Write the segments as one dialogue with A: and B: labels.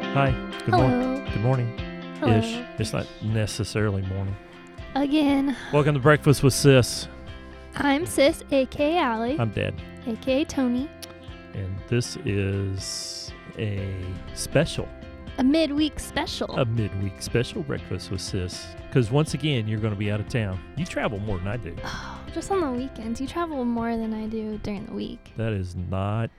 A: Good, mor-
B: Hello.
A: good morning.
B: Hello.
A: Ish. It's not necessarily morning.
B: Again,
A: Welcome to Breakfast with Sis.
B: I'm Sis, aka Allie,
A: I'm Dad.
B: aka Tony.
A: And this is a special,
B: A midweek special.
A: a midweek special Breakfast with Sis. Because once again, you're going to be out of town. You travel more than I do.
B: Oh, just on the weekends. You travel more than I do during the week.
A: That is not,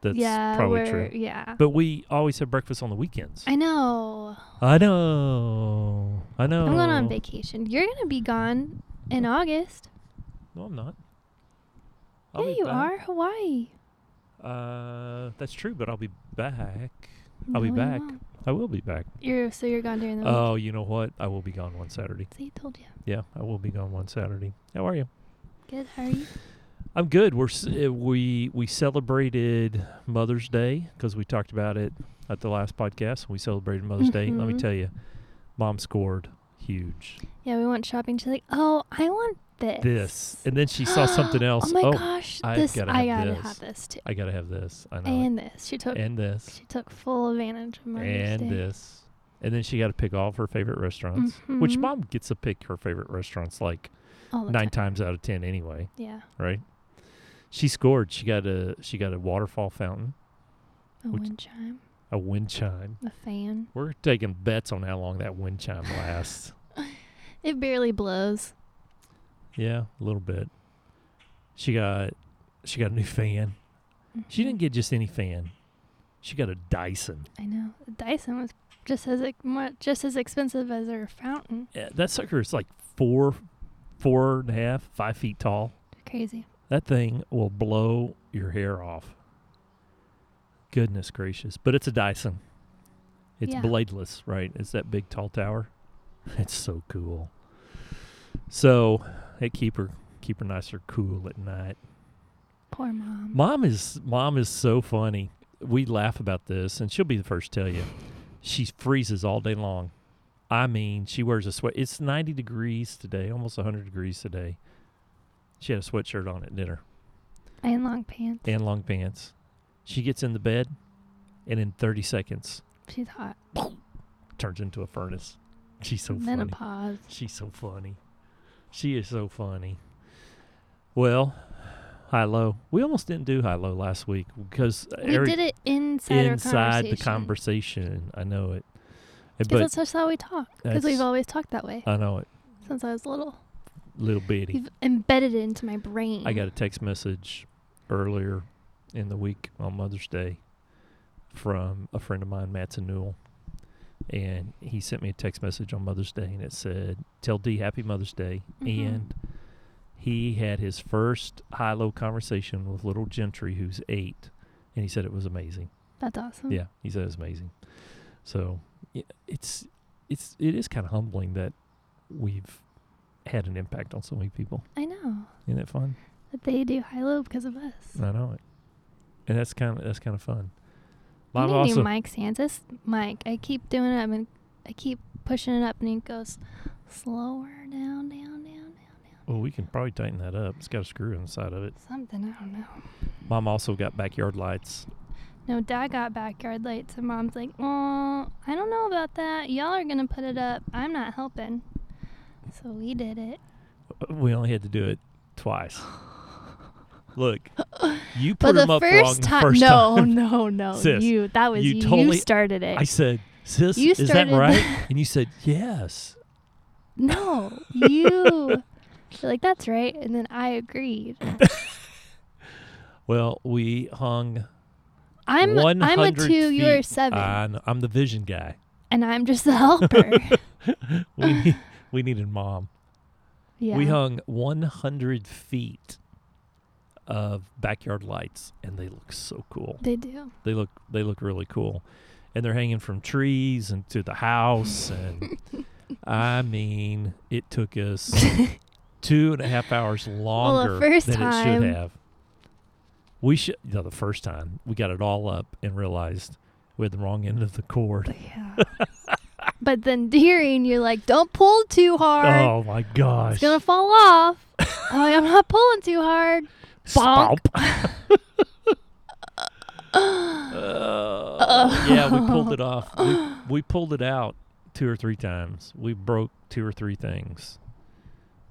A: that's
B: yeah,
A: probably
B: we're-
A: true.
B: Yeah.
A: But we always have breakfast on the weekends.
B: I know.
A: I know. I know.
B: I'm going on vacation. You're going to be gone in August.
A: No, I'm not. I'll
B: Yeah,
A: be
B: you
A: back.
B: are. Hawaii.
A: Uh, that's true, but I'll be back. I'll be
B: No, you
A: back.
B: won't.
A: I will be back.
B: You're so you're gone during the week.
A: Oh, you know what? I will be gone one Saturday.
B: See, told you.
A: Yeah, I will be gone one Saturday. How are you?
B: Good. How are you?
A: I'm good. We're s- uh, we we celebrated Mother's Day because we talked about it at the last podcast. We celebrated Mother's Day. Let me
B: Mhm.
A: tell you, Mom scored huge.
B: Yeah, we went shopping. She's like, "Oh, I want this."
A: This, and then she saw something else.
B: Oh my gosh!
A: I've
B: this
A: gotta
B: I
A: have
B: gotta
A: this.
B: have this too.
A: I gotta have this. I know. it.
B: And this. She took
A: and this.
B: she took full advantage of Mother's
A: and
B: Day.
A: this. And then she got to pick all of her favorite restaurants, which
B: Mhm.
A: mom gets to pick her favorite restaurants like
B: All the
A: nine
B: time.
A: times out of ten anyway,
B: Yeah.
A: right? She scored. She got a she got a waterfall fountain,
B: A
A: Which-
B: wind chime.
A: a wind chime.
B: A fan.
A: We're taking bets on how long that wind chime lasts.
B: It barely blows.
A: yeah, a little bit. She got she got a new fan. She didn't
B: Mhm.
A: get just any fan. She got a Dyson.
B: I know. The Dyson was just as ex- mu- just as expensive as her fountain.
A: Yeah, that sucker is like four, four and a half, five feet tall.
B: Crazy.
A: That thing will blow your hair off. Goodness gracious. But it's a Dyson. It's
B: Yeah.
A: bladeless, right? It's that big tall tower. It's so cool. So it keep her keep her nicer cool at night.
B: Poor mom.
A: Mom is mom is so funny. We laugh about this and she'll be the first to tell you. She freezes all day long. I mean, she wears a sweat. It's 90 degrees today, almost 100 degrees today. She had a sweatshirt on at dinner
B: and long pants.
A: and long pants. She gets in the bed, and in 30 seconds,
B: She's hot.
A: turns into a furnace. She's so funny.
B: Menopause.
A: She's so funny. She is so funny. Well, high low. We almost didn't do high low last week because
B: We
A: Eric-
B: did it inside,
A: inside
B: our
A: the conversation. I know it. And
B: Because
A: But
B: that's just how we talk. Because
A: That's-
B: we've always talked that way
A: I know it,
B: since I was little.
A: little bitty.
B: You've embedded it into my brain.
A: I got a text message earlier in the week on Mother's Day from a friend of mine, Mattson Newell. And he sent me a text message on Mother's Day and it said, Tell D happy Mother's Day.
B: Mhm.
A: And he had his first high low conversation with little Gentry, who's eight. And he said it was amazing.
B: That's awesome.
A: Yeah, he said it's amazing. So y- it's it's it is kind of humbling that we've had an impact on so many people.
B: I know.
A: Isn't it fun?
B: But they do high low because of us.
A: I know it, and that's kind of that's kind of fun.
B: My
A: Mom
B: name
A: also,
B: Mike Santis. Mike, I keep doing it. I mean, I keep pushing it up, and it goes slower down, down, down, down, down.
A: well, Oh, we can probably tighten that up. It's got a screw inside of it.
B: Something I don't know.
A: Mom also got backyard lights.
B: No, Dad got backyard lights, and Mom's like, "Oh, I don't know about that. Y'all are gonna put it up. I'm not helping." So we did it.
A: Uh, We only had to do it twice. Look, you put
B: But the
A: them up wrong
B: first
A: the
B: time,
A: first
B: no,
A: time.
B: no, no,
A: Sis,
B: you. That was
A: you
B: you.
A: totally-
B: started it.
A: I said, "Sis,
B: You
A: is that
B: started
A: right?"
B: the-
A: and you said, "Yes."
B: no, you. You're like, "That's right," and then I agreed.
A: Well, we hung
B: I'm I'm a
A: 100
B: two. You're a
A: feet.
B: seven,
A: I kn- I'm the vision guy.
B: and I'm just the helper.
A: We need, we needed mom.
B: Yeah.
A: We hung 100 feet of backyard lights, and they look so cool.
B: They do.
A: They look they look really cool, and they're hanging from trees and to the house. And I mean, it took us two and a half hours longer
B: first
A: than it
B: time-
A: should have. We should no, the first time we got it all up and realized we had the wrong end of the cord.
B: Yeah. but then during, you're like, don't pull too hard.
A: Oh my gosh!
B: it's going to fall off. Oh, I'm like, I'm not pulling too hard. bonk.
A: Spomp. Uh, yeah, we pulled it off. We, we pulled it out two or three times. We broke two or three things.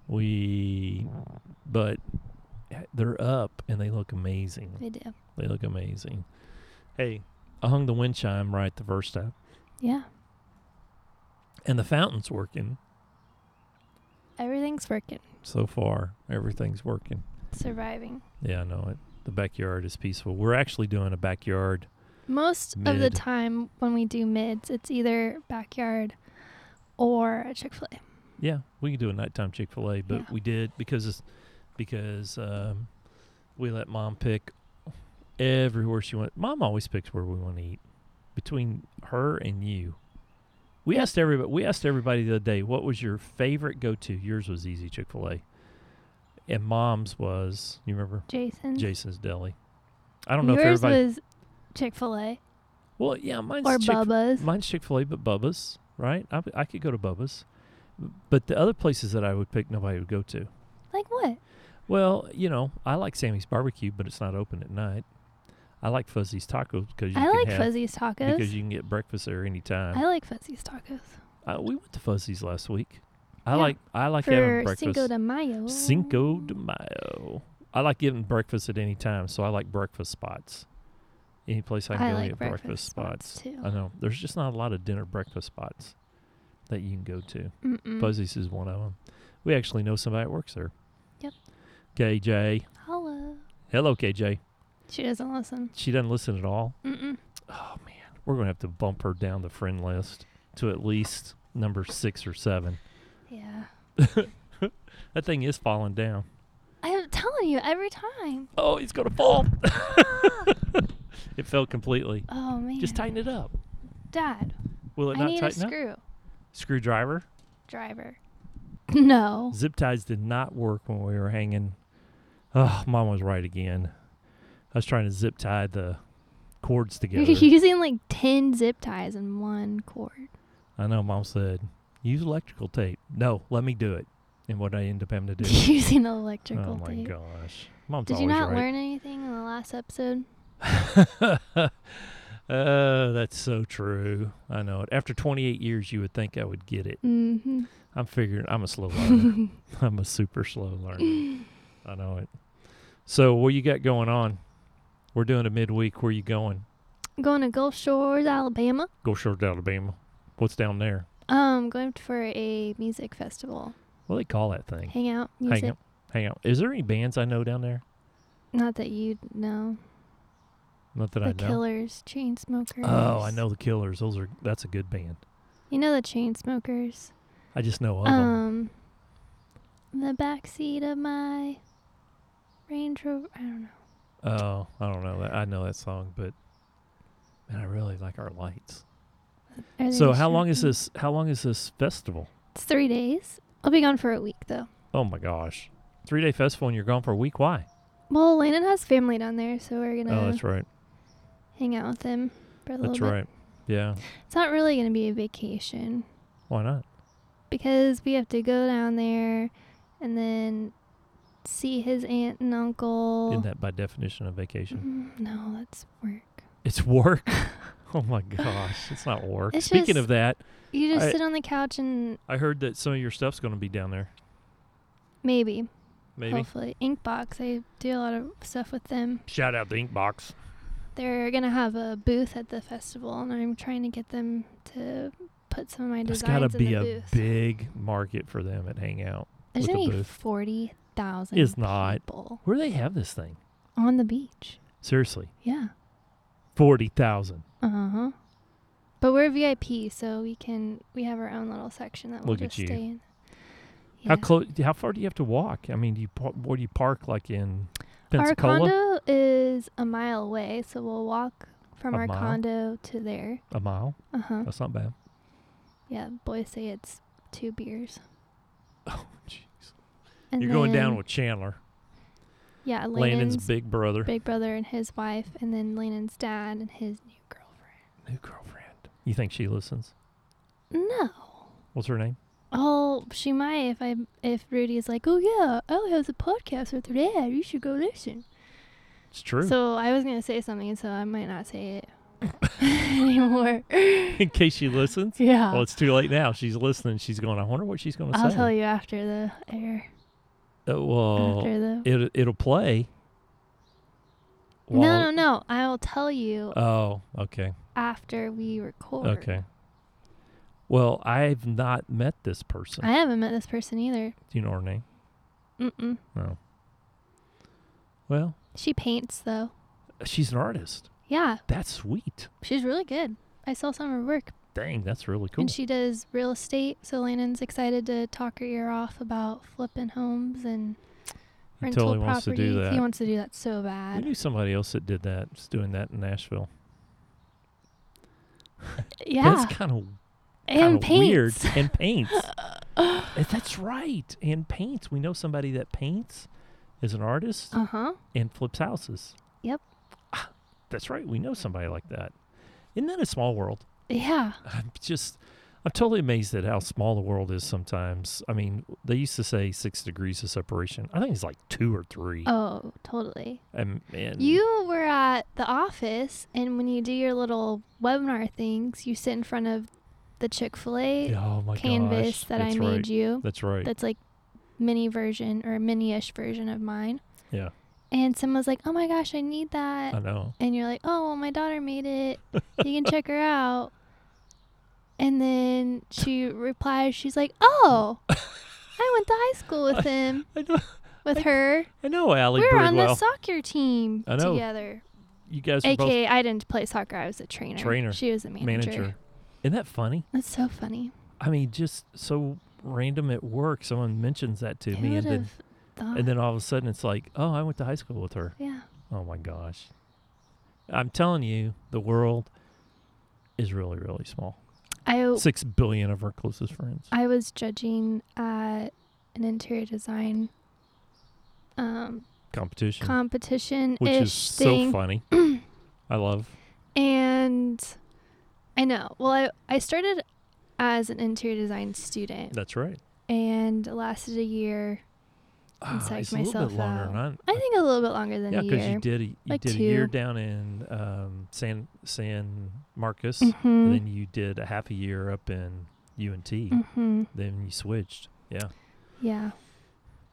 A: We, but they're up and they look amazing.
B: They do.
A: They look amazing. Hey, I hung the wind chime right the first time,
B: Yeah.
A: and the fountain's working
B: Everything's working.
A: so far. Everything's working.
B: Surviving.
A: Yeah, I know it. The backyard is peaceful. We're actually doing a backyard.
B: Most of the
A: Mid.
B: time when we do mids, it's either backyard or a Chick fil A.
A: Yeah, we can do a nighttime Chick Fil A, but
B: Yeah.
A: we did because it's, because um, we let mom pick everywhere she went. Mom always picks where we want to eat. Between her and you, we asked everybody. We asked everybody the other day, what was your favorite go to? Yours was easy Chick Fil A, and mom's was you remember
B: Jason.
A: Jason's Deli. I don't know if
B: Mm. Yours
A: everybody.
B: was Chick fil A
A: well, yeah, mine's
B: or
A: Chick-
B: Bubba's.
A: Mine's Chick Fil A, but Bubba's, right? I, I could go to Bubba's, but the other places that I would pick, nobody would go to.
B: Like what?
A: Well, you know, I like Sammy's Barbecue, but it's not open at night. I like Fuzzy's Tacos because you
B: I
A: can
B: like
A: have,
B: Fuzzy's tacos.
A: because you can get breakfast there any
B: I
A: time.
B: like Fuzzy's tacos.
A: I, we went to Fuzzy's last week. I
B: Yeah.
A: like I like having
B: For
A: breakfast
B: Cinco de Mayo.
A: Cinco de Mayo. I like getting breakfast at any time, so I like breakfast spots. Any place I can
B: I
A: go
B: like
A: get
B: breakfast
A: breakfast,
B: spots, too.
A: I know there's just not a lot of dinner breakfast spots that you can go to.
B: Mm-mm.
A: Fuzzy's is one of them. We actually know somebody that works there.
B: Yep.
A: KJ.
B: Hello.
A: Hello, KJ.
B: She doesn't listen.
A: She doesn't listen at all.
B: Mm-mm.
A: Oh, man. We're going to have to bump her down the friend list to at least number six or seven.
B: Yeah.
A: That thing is falling down.
B: I'm telling you every time.
A: Oh, it's going to fall. it fell completely.
B: Oh man.
A: Just tighten it up.
B: Dad.
A: Will it
B: I
A: not
B: need a
A: tighten up?
B: screw
A: Screwdriver.
B: driver. No.
A: Zip ties did not work when we were hanging. Oh, mom was right again. I was trying to zip tie the cords
B: You're
A: together.
B: using like ten zip ties in one cord.
A: I know. Mom said, "Use electrical tape." No, let me do it. And what I end up having to do.
B: You're using
A: oh
B: electrical
A: my
B: tape.
A: gosh, mom's
B: Did
A: always
B: you not
A: right.
B: learn anything in the last episode?
A: oh, that's so true. I know it. After 28 years, you would think I would get it.
B: Mm-hmm.
A: I'm figuring I'm a slow learner. I'm a super slow learner. I know it. So, what you got going on? We're doing a midweek. Where you going?
B: Going to Gulf Shores, Alabama.
A: Go short to Alabama. What's down there?
B: Um, going for a music festival.
A: What do they call that thing?
B: Hang out music.
A: Hang out. Hang out. Is there any bands I know down there?
B: Not that you know.
A: Not that
B: The
A: I know.
B: Killers, Chainsmokers.
A: Oh, I know the Killers. Those are that's a good band.
B: You know the Chainsmokers.
A: I just know of them.
B: Um, the backseat of my Range Rover. I don't know.
A: Oh, I don't know that. I know that song, but man, I really like our lights.
B: Are they
A: So how long is
B: distracting?
A: this? How long is this festival?
B: It's three days. I'll be gone for a week though.
A: Oh my gosh, three day festival and you're gone for a week. Why?
B: Well, Landon has family down there, so we're
A: Oh,
B: gonna
A: that's right.
B: hang out with him for a little
A: That's
B: bit.
A: right. Yeah.
B: It's not really gonna be a vacation
A: Why not?
B: because we have to go down there and then see his aunt and uncle.
A: Isn't that by definition a vacation?
B: Mm, no, that's work.
A: It's work. oh my gosh, it's not work.
B: It's
A: Speaking
B: just-
A: of that,
B: You just
A: I-
B: sit on the couch and
A: I heard that some of your stuff's going to be down there.
B: maybe,
A: Maybe.
B: hopefully, Inkbox. I do a lot of stuff with them.
A: Shout out the Inkbox.
B: They're gonna have a booth at the festival, and I'm trying to get them to put some of my
A: There's got to
B: designs in
A: be
B: the
A: a
B: booth.
A: big market for them at Hangout.
B: There's
A: with a
B: gonna be
A: booth.
B: forty thousand.
A: It's not.
B: people
A: Where do they have this thing?
B: on the beach.
A: Seriously,
B: Yeah.
A: forty thousand.
B: Uh huh. But we're VIP, so we can we have our own little section that we'll
A: Look at
B: just
A: you.
B: stay in.
A: How
B: Yeah.
A: close? How far do you have to walk? I mean, do you par- where do you park? Like in
B: Our
A: Pensacola?
B: condo is a mile away, so we'll walk from
A: A
B: our
A: mile? Oh.
B: condo to there.
A: A mile?
B: Uh huh.
A: That's not bad.
B: Yeah, boys say it's two beers.
A: Oh, jeez.
B: And
A: You're going down
B: then-
A: with Chandler,
B: yeah
A: Landon's,
B: Landon's
A: big brother,
B: big brother and his wife, and then Landon's dad and his new girlfriend.
A: new girlfriend. You think she listens?
B: No.
A: What's her name?
B: Oh, she might if I if Rudy's like, oh yeah, Ellie has a podcast with her dad. You should go listen.
A: It's true.
B: So I was gonna say something, so I might not say it anymore.
A: in case she listens.
B: yeah.
A: Well, it's too late now. She's listening. She's going. I wonder what she's going to say.
B: Uh, I'll tell you after the air.
A: Uh, well,
B: after the
A: it it'll play.
B: no, no, no. I will tell you
A: Oh, okay,
B: after we record.
A: okay. Well, I've not met this person.
B: I haven't met this person either.
A: Do you know her name?
B: Mm-mm.
A: No. Well,
B: She paints though.
A: she's an artist.
B: Yeah,
A: That's sweet.
B: she's really good. I saw some of her work,
A: Dang, that's really cool.
B: and she does real estate. So Landon's excited to talk her ear off about flipping homes and
A: He
B: rental
A: totally wants
B: properties.
A: to do that.
B: He wants to do that so
A: we
B: bad.
A: knew somebody else that did that. Was doing that in Nashville.
B: yeah,
A: That's kind of
B: and
A: kinda weird.
B: paints.
A: And paints. Uh, That's right. And paints. We know somebody that paints, is an artist,
B: Uh huh.
A: and flips houses.
B: Yep.
A: Ah, That's right. We know somebody like that. Isn't that a small world?
B: Yeah.
A: I'm just, I'm totally amazed at how small the world is sometimes. I mean, they used to say six degrees of separation. I think it's like two or three.
B: Oh, totally.
A: and, and
B: You were at the office, and when you do your little webinar things, you sit in front of the Chick Fil A
A: oh my
B: canvas
A: gosh,
B: that I
A: that's
B: made
A: right.
B: you.
A: That's right.
B: That's like mini version or mini-ish version of mine.
A: yeah,
B: And someone's like, "Oh my gosh, I need that,"
A: I know.
B: and you're like, "Oh, well, my daughter made it. You can check her out." And then she replies, "She's like, oh, I went to high school with him,
A: I know.
B: with her.
A: I know, Allie
B: we were on the
A: Birdwell.
B: soccer team
A: I know.
B: together."
A: You guys are both
B: AKA, I didn't play soccer. I was a trainer.
A: Trainer.
B: She was a manager.
A: manager. Isn't that funny?
B: That's so funny.
A: I mean, just so random at work, someone mentions that to
B: Who
A: me, and
B: would
A: then
B: have thought?
A: and then all of a sudden it's like, oh, I went to high school with her.
B: yeah.
A: Oh my gosh, I'm telling you, the world is really really small.
B: I
A: Six billion of our closest friends.
B: I was judging at an interior design um,
A: Competition,
B: competition
A: which
B: ish
A: is
B: thing,
A: so funny. I love.
B: and I know. Well, I I started as an interior design student
A: That's right.
B: and lasted a year.
A: Ah,
B: psyched
A: it's a little
B: myself
A: bit longer.
B: out.
A: and I'm-
B: I think a little bit longer than
A: yeah,
B: a
A: because
B: year.
A: you did a, you
B: Like
A: did a year
B: two.
A: down in um, San San Marcos, and
B: hmm
A: then you did a half a year up in UNT.
B: hmm
A: Then you switched, yeah,
B: Yeah.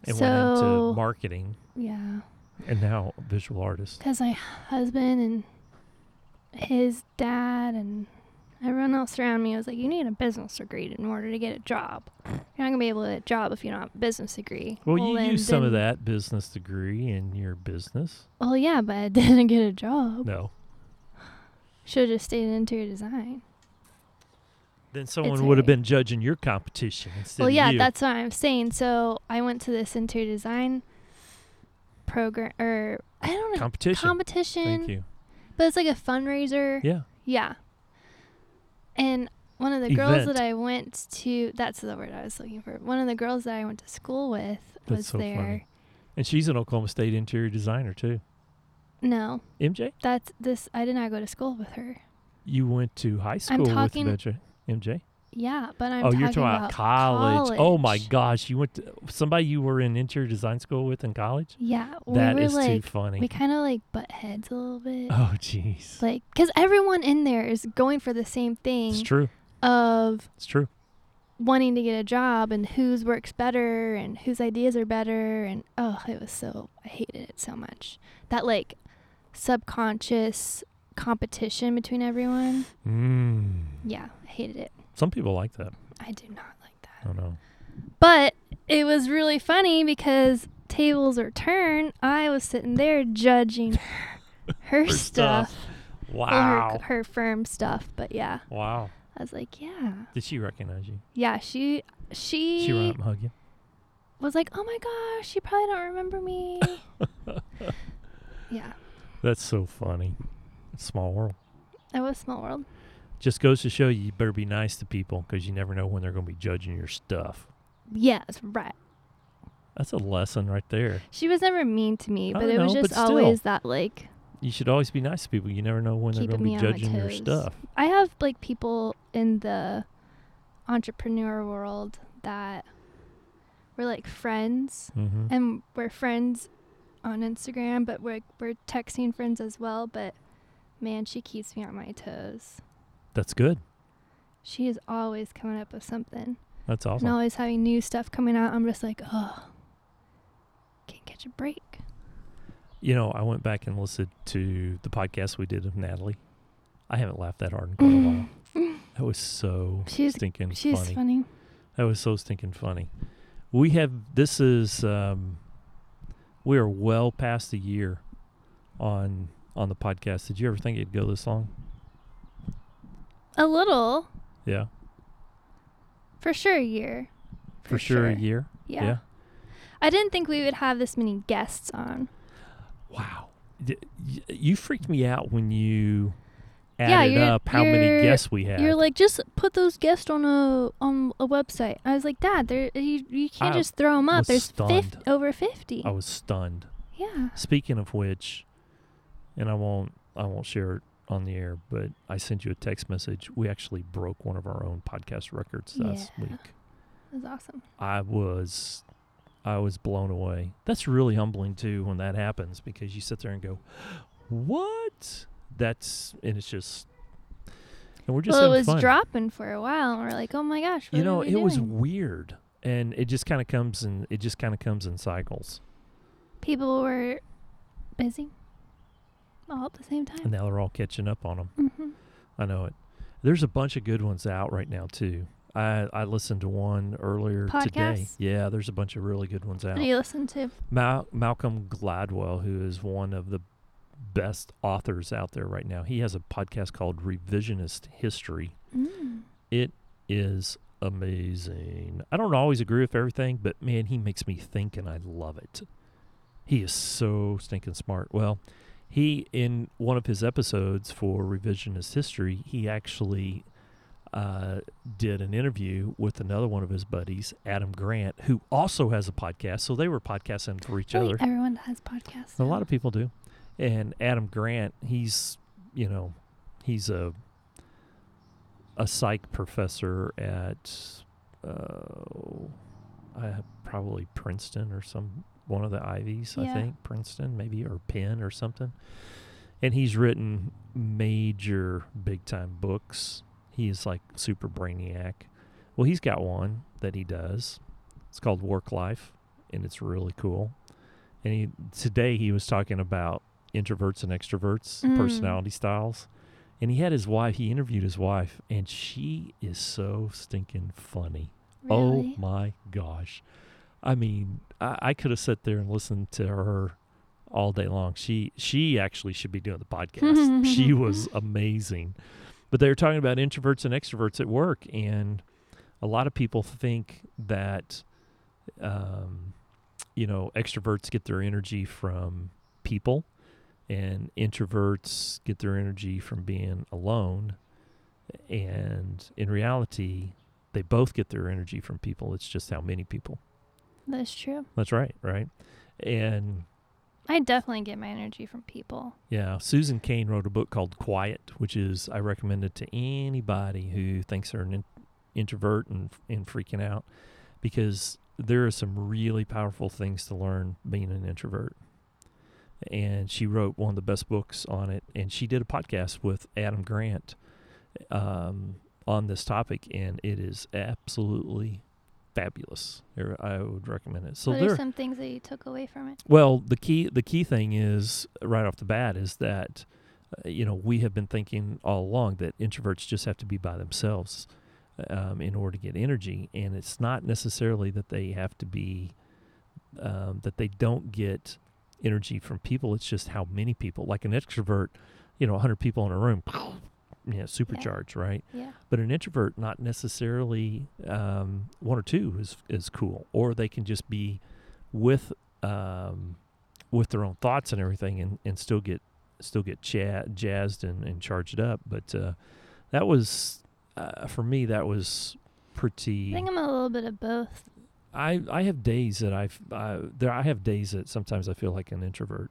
A: and
B: so
A: went into marketing,
B: yeah.
A: and now a visual artist.
B: because my husband and his dad and everyone else around me was like, you need a business degree in order to get a job. You're not gonna be able to get a job if you don't have a business degree.
A: Well, you
B: then-
A: used some of
B: then-
A: that business degree in your business.
B: Well, yeah, but I didn't get a job.
A: No,
B: Should have just stayed in interior design.
A: then someone
B: a-
A: would have been judging your competition instead.
B: well,
A: of
B: yeah,
A: you.
B: that's what I'm saying. So I went to this interior design program, or I don't know,
A: competition.
B: competition.
A: Thank you.
B: But it's like a fundraiser.
A: Yeah,
B: Yeah. And one of the girls
A: Event.
B: that I went to, that's the word I was looking for. One of the girls that I went to school with
A: That's
B: was
A: so funny.
B: there.
A: and she's an Oklahoma State interior designer too.
B: No,
A: MJ,
B: that's this. I did not go to school with her.
A: you went to high school
B: talking-
A: with MJ. MJ.
B: Yeah, but I'm
A: oh,
B: talking
A: you're talking about, college. Oh my
B: college.
A: gosh, you went to somebody you were in interior design school with in college.
B: Yeah,
A: that
B: we were
A: is too
B: like,
A: funny.
B: we kind of like butt heads a little bit.
A: oh jeez,
B: Like, because everyone in there is going for the same
A: it's
B: thing
A: true.
B: of
A: It's true.
B: wanting to get a job and whose works better and whose ideas are better and oh it was so i hated it so much that like subconscious competition between everyone
A: Mm.
B: yeah i hated it
A: Some people like that.
B: i do not like that
A: I don't know.
B: but it was really funny because tables are turned i was sitting there judging her, her
A: Her
B: stuff,
A: stuff.
B: Well, her-
A: Wow.
B: her, firm stuff but yeah
A: Wow.
B: i was like yeah
A: Did she recognize you?
B: yeah she she,
A: She ran up and hugged you.
B: was like, "Oh my gosh, you probably don't remember me." yeah,
A: That's so funny. It's a small world.
B: that was Small World.
A: Just goes to show you, you better be nice to people because you never know when they're going to be judging your stuff.
B: Yes, right.
A: That's a lesson right there.
B: She was never mean to me,
A: I
B: but it
A: know,
B: was
A: but
B: just
A: still.
B: always that like
A: You should always be nice to people. You never know when they're
B: Keeping
A: going to be
B: me on my
A: judging your
B: toes.
A: stuff.
B: I have like people in the entrepreneur world that we're like friends
A: Mm-hmm.
B: and we're friends on Instagram, but we're we're texting friends as well. But man, she keeps me on my toes.
A: That's good.
B: She is always coming up with something
A: That's awesome.
B: and always having new stuff coming out. I'm just like, oh, can't catch a break.
A: You know, I went back and listened to the podcast we did of Natalie. I haven't laughed that hard in quite a while. That was so
B: She's-
A: stinking
B: She's
A: funny.
B: funny.
A: That was so stinking funny. We have this is um, we are well past a year on on the podcast. Did you ever think it'd go this long?
B: A little,
A: Yeah,
B: for sure. A year.
A: for, sure, a year.
B: Yeah. I didn't think we would have this many guests on.
A: Wow. D- y- you freaked me out when you
B: Yeah,
A: added
B: you're-
A: up how many
B: you're-
A: guests we had.
B: You're like, just put those guests on a on a website. I was like, Dad, there you, you can't
A: I
B: just throw them up.
A: was
B: There's fif-
A: stunned.
B: over fifty.
A: I was stunned.
B: Yeah.
A: Speaking of which, and I won't I won't share it on the air, but I sent you a text message. We actually broke one of our own podcast records last
B: Yeah.
A: week.
B: That's awesome.
A: I was I was blown away. That's really humbling too when that happens because you sit there and go, "What?" That's and it's just and we're just
B: well, it
A: having
B: was
A: fun.
B: dropping for a while, and we're like, oh my gosh, what
A: you know,
B: are
A: it
B: we
A: was
B: doing?
A: weird, and it just kind of comes in. It just kind of comes in cycles,
B: people were busy all at the same
A: and
B: time.
A: now they're all catching up on them.
B: Mm-hmm.
A: I know it. There's a bunch of good ones out right now too. I I listened to one earlier today.
B: Podcasts?
A: Yeah, there's a bunch of really good ones out.
B: Do you listen to?
A: Mal- Malcolm Gladwell, who is one of the best authors out there right now, he has a podcast called Revisionist History.
B: Mm.
A: It is amazing. I don't always agree with everything, but man, he makes me think and I love it. He is so stinking smart. Well, he, in one of his episodes for Revisionist History, he actually uh, did an interview with another one of his buddies, Adam Grant, who also has a podcast. So they were podcasting for each
B: I
A: other.
B: think everyone has podcasts.
A: A
B: now.
A: lot of people do. And Adam Grant, he's you know, he's a a psych professor at uh, uh, probably Princeton or some one of the Ivies, I
B: Yeah.
A: think Princeton maybe or Penn or something. And he's written major big time books. He is like super brainiac. Well, he's got one that he does. It's called Work Life, and it's really cool. And he today he was talking about introverts and extroverts,
B: Mm.
A: personality styles. And he had his wife, he interviewed his wife, and she is so stinking funny.
B: Really?
A: Oh my gosh. I mean, I, I could have sat there and listened to her all day long. She she actually should be doing the podcast. she was amazing. But they were talking about introverts and extroverts at work, and a lot of people think that um, you know, extroverts get their energy from people and introverts get their energy from being alone. And in reality, they both get their energy from people. It's just how many people.
B: That's true.
A: That's right, right? And
B: I definitely get my energy from people.
A: yeah, Susan Kane wrote a book called Quiet, which is I recommend it to anybody who thinks they're an in- introvert and, and freaking out because there are some really powerful things to learn being an introvert. And she wrote one of the best books on it, and she did a podcast with Adam Grant um, on this topic, and it is absolutely fabulous. Here, I would recommend it. So
B: what
A: there,
B: are some things that you took away from it?
A: well, the key the key thing is right off the bat is that uh, you know we have been thinking all along that introverts just have to be by themselves um, in order to get energy, and it's not necessarily that they have to be um, that they don't get energy from people. It's just how many people. Like an extrovert, you know, hundred people in a room, you know, supercharged, right?
B: Yeah.
A: but an introvert not necessarily um, one or two is is cool or they can just be with um, with their own thoughts and everything and, and still get still get cha- jazzed and, and charged up but uh, that was uh, for me that was pretty
B: I think I'm a little bit of both.
A: I, I have days that I've I, there I have days that sometimes I feel like an introvert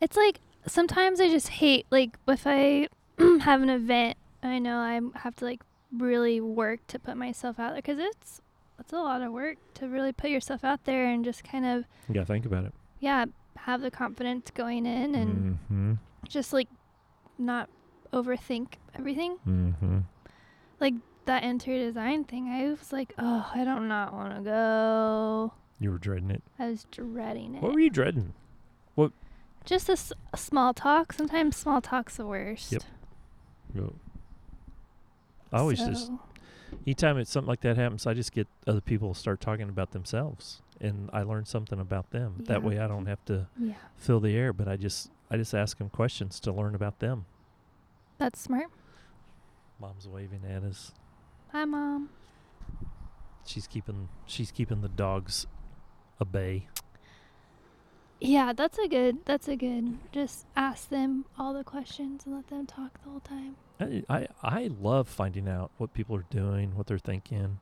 B: It's like sometimes I just hate like if I have an event, I know I have to like really work to put myself out there because it's it's a lot of work to really put yourself out there and just kind of
A: you gotta think about it
B: yeah have the confidence going in and
A: hmm
B: just like not overthink everything.
A: hmm
B: That interior design thing, I was like, oh, I don't not want to go.
A: You were dreading it.
B: I was dreading it.
A: What were you dreading?
B: Just a s- small talk. Sometimes small talk's the worst.
A: Yep. I always just
B: So,
A: anytime it's something like that happens, I just get other people to start talking about themselves, and I learn something about them. That
B: Yeah.
A: way, I don't have to
B: yeah,
A: fill the air, but I just I just ask them questions to learn about them.
B: that's smart.
A: Mom's waving at us.
B: Hi, mom.
A: She's keeping she's keeping the dogs a bay.
B: Yeah, that's a good. That's a good. Just ask them all the questions and let them talk the whole time.
A: I, I I love finding out what people are doing, what they're thinking,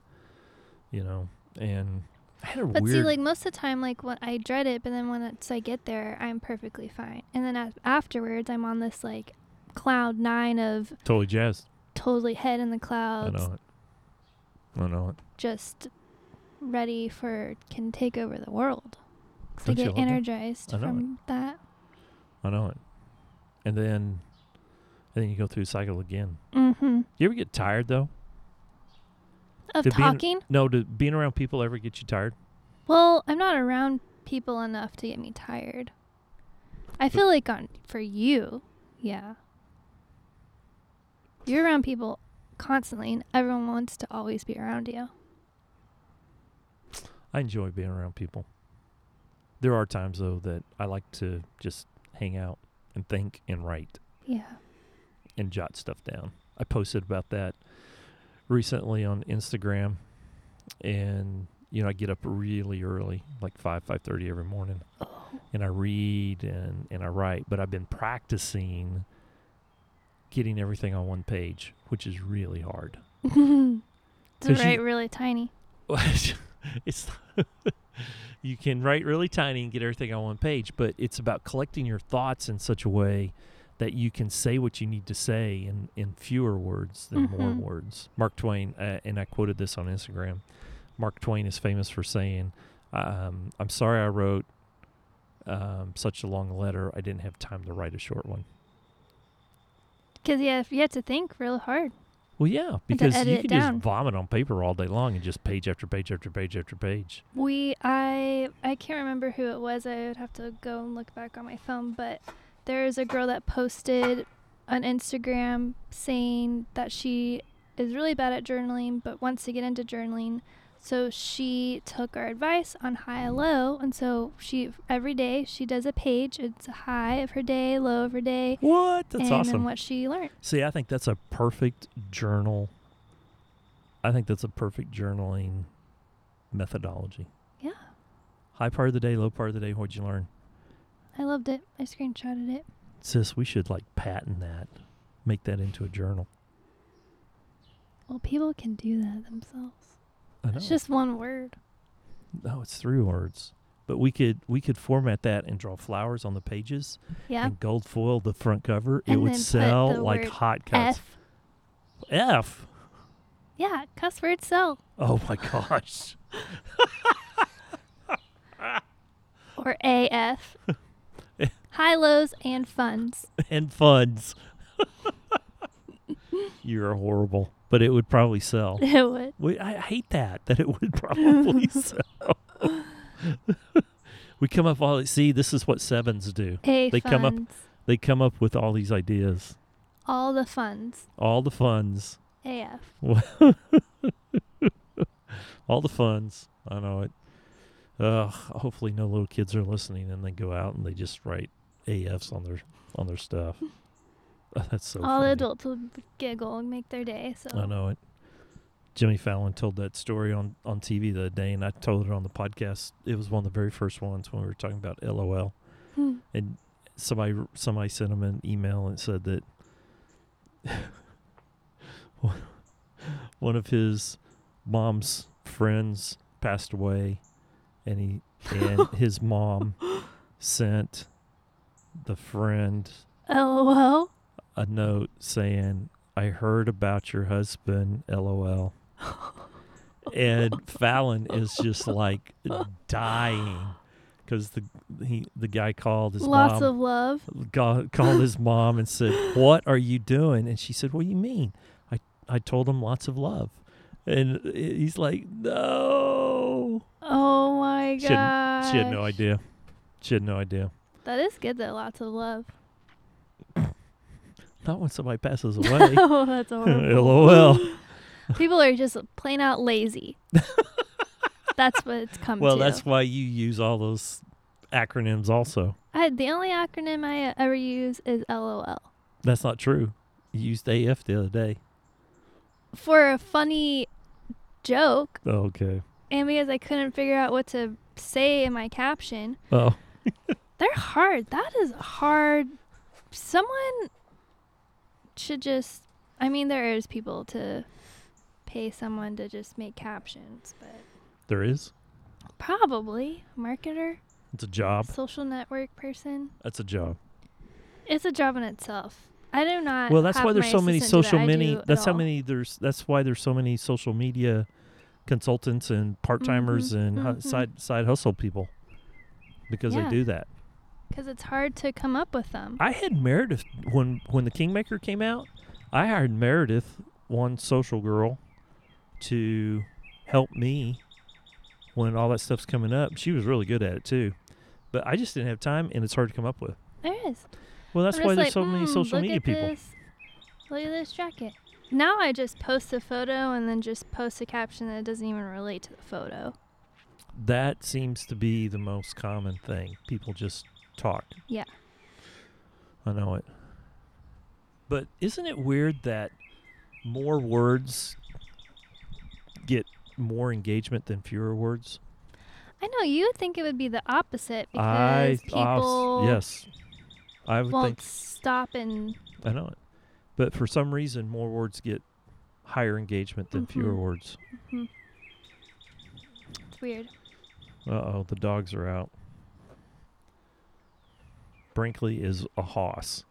A: you know. And I had a
B: But
A: weird
B: see, like most of the time, like when I dread it, but then once I get there, I'm perfectly fine. And then af- afterwards, I'm on this like cloud nine of
A: totally jazzed.
B: totally head in the
A: I
B: clouds,
A: know it. I know it.
B: just ready for can take over the world. 'Cause I
A: Don't you
B: get
A: love that?
B: energized
A: I know it.
B: from that.
A: I know it. And then and then you go through the cycle again.
B: Mm-hmm.
A: You ever get tired though?
B: Of
A: To be in-
B: talking.
A: No, do being around people ever get you tired?
B: Well, I'm not around people enough to get me tired. I feel like on for you, yeah. You're around people constantly, and everyone wants to always be around you.
A: I enjoy being around people. There are times though that I like to just hang out and think and write
B: Yeah.
A: and jot stuff down. I posted about that recently on Instagram and you know, I get up really early, like five, five thirty every morning and I read and, and I write, but I've been practicing getting everything on one page, which is really hard.
B: to
A: 'Cause you-
B: write really tiny.
A: it's you can write really tiny and get everything on one page, but it's about collecting your thoughts in such a way that you can say what you need to say in, in fewer words than more
B: Mhm.
A: words. Mark Twain, uh, and I quoted this on Instagram. Mark Twain is famous for saying, um, "I'm sorry I wrote um, such a long letter. I didn't have time to write a short one."
B: Because yeah, if you have to think real hard.
A: Well, yeah, because
B: edit
A: you
B: it
A: can
B: down.
A: just vomit on paper all day long and just page after page after page after page.
B: We I I can't remember who it was. I would have to go and look back on my phone, but there is a girl that posted on Instagram saying that she is really bad at journaling but wants to get into journaling. So she took our advice on high and low and so she every day she does a page. It's a high of her day, low of her day,
A: What? That's
B: and
A: awesome.
B: then what she learned.
A: See, I think that's a perfect journal. I think that's a perfect journaling methodology.
B: Yeah.
A: High part of the day, low part of the day. What'd you learn,
B: I loved it. I screenshotted it.
A: sis? We should like patent that, make that into a journal.
B: Well, people can do that themselves.
A: I know.
B: It's just one word.
A: no, it's three words, but we could we could format that and draw flowers on the pages
B: Yeah.
A: and gold foil the front cover. it
B: And
A: would
B: then put
A: sell
B: the
A: like
B: word
A: hotcakes.
B: F.
A: F.
B: Yeah, cuss words sell.
A: Oh my gosh.
B: Or AF. High lows and funds.
A: and funds. You're horrible, but it would probably sell.
B: It would.
A: We, I hate that that it would probably sell. we come up all see this is what sevens do.
B: A
A: They
B: funds.
A: come up- They come up with all these ideas,
B: All the funds.
A: all the funds,
B: AF.
A: all the funds. I know it. Ugh, hopefully no little kids are listening and they go out and they just write AFs on their on their stuff. That's so
B: All the
A: funny.
B: adults will giggle and make their day. So
A: I know it. Jimmy Fallon told that story on, on TV the other day, and I told it on the podcast. It was one of the very first ones when we were talking about LOL,
B: Hmm.
A: and somebody somebody sent him an email and said that one of his mom's friends passed away, and he and his mom sent the friend
B: LOL.
A: a note saying, I heard about your husband, lol. and Fallon is just like dying because the he the guy called his
B: Lots
A: mom.
B: of love.
A: go- called his mom and said, "What are you doing?" And she said, "What do you mean? I I told him lots of love." And i- he's like, "No."
B: Oh my
A: She
B: god.
A: She had no idea. She had no idea.
B: That is good though. Lots of love.
A: Not when somebody passes away.
B: oh, that's horrible.
A: LOL.
B: People are just plain out lazy. that's what it's come
A: Well,
B: to.
A: that's why you use all those acronyms also.
B: I, the only acronym I ever use is LOL
A: That's not true. You used AF the other day.
B: for a funny joke,
A: Okay.
B: and because I couldn't figure out what to say in my caption.
A: Oh,
B: They're hard. That is hard. Someone should just. I mean, there is people to pay someone to just make captions, but
A: there is.
B: probably marketer,
A: It's a job.
B: social network person.
A: That's a job.
B: It's a job in itself. I do not.
A: well that's
B: have
A: why
B: my
A: there's so many
B: assistant do
A: social
B: that. I
A: many
B: do it
A: that's how
B: all.
A: many there's that's why there's so many social media consultants and part-timers and hu-
B: mhm.
A: side side hustle people because
B: Yeah.
A: they do that
B: Because it's hard to come up with them.
A: i had meredith when when the kingmaker came out i hired meredith one social girl to help me when all that stuff's coming up she was really good at it too but i just didn't have time and it's hard to come up with
B: there is.
A: well that's
B: I'm
A: why
B: just
A: there's
B: like,
A: so many
B: "Mm,
A: social
B: look
A: media
B: at
A: people
B: This, look at this jacket. Now I just post a photo and then just post a caption that doesn't even relate to the photo.
A: that seems to be the most common thing. People just talk.
B: Yeah.
A: I know it. But isn't it weird that more words get more engagement than fewer words?
B: I know you would think it would be the opposite
A: I
B: because
A: I'll s-
B: people
A: yes. I would
B: won't
A: think
B: stop and
A: I know it. But for some reason more words get higher engagement than fewer
B: Mhm.
A: words.
B: it's weird.
A: Uh-oh, the dogs are out. Brinkley is a hoss.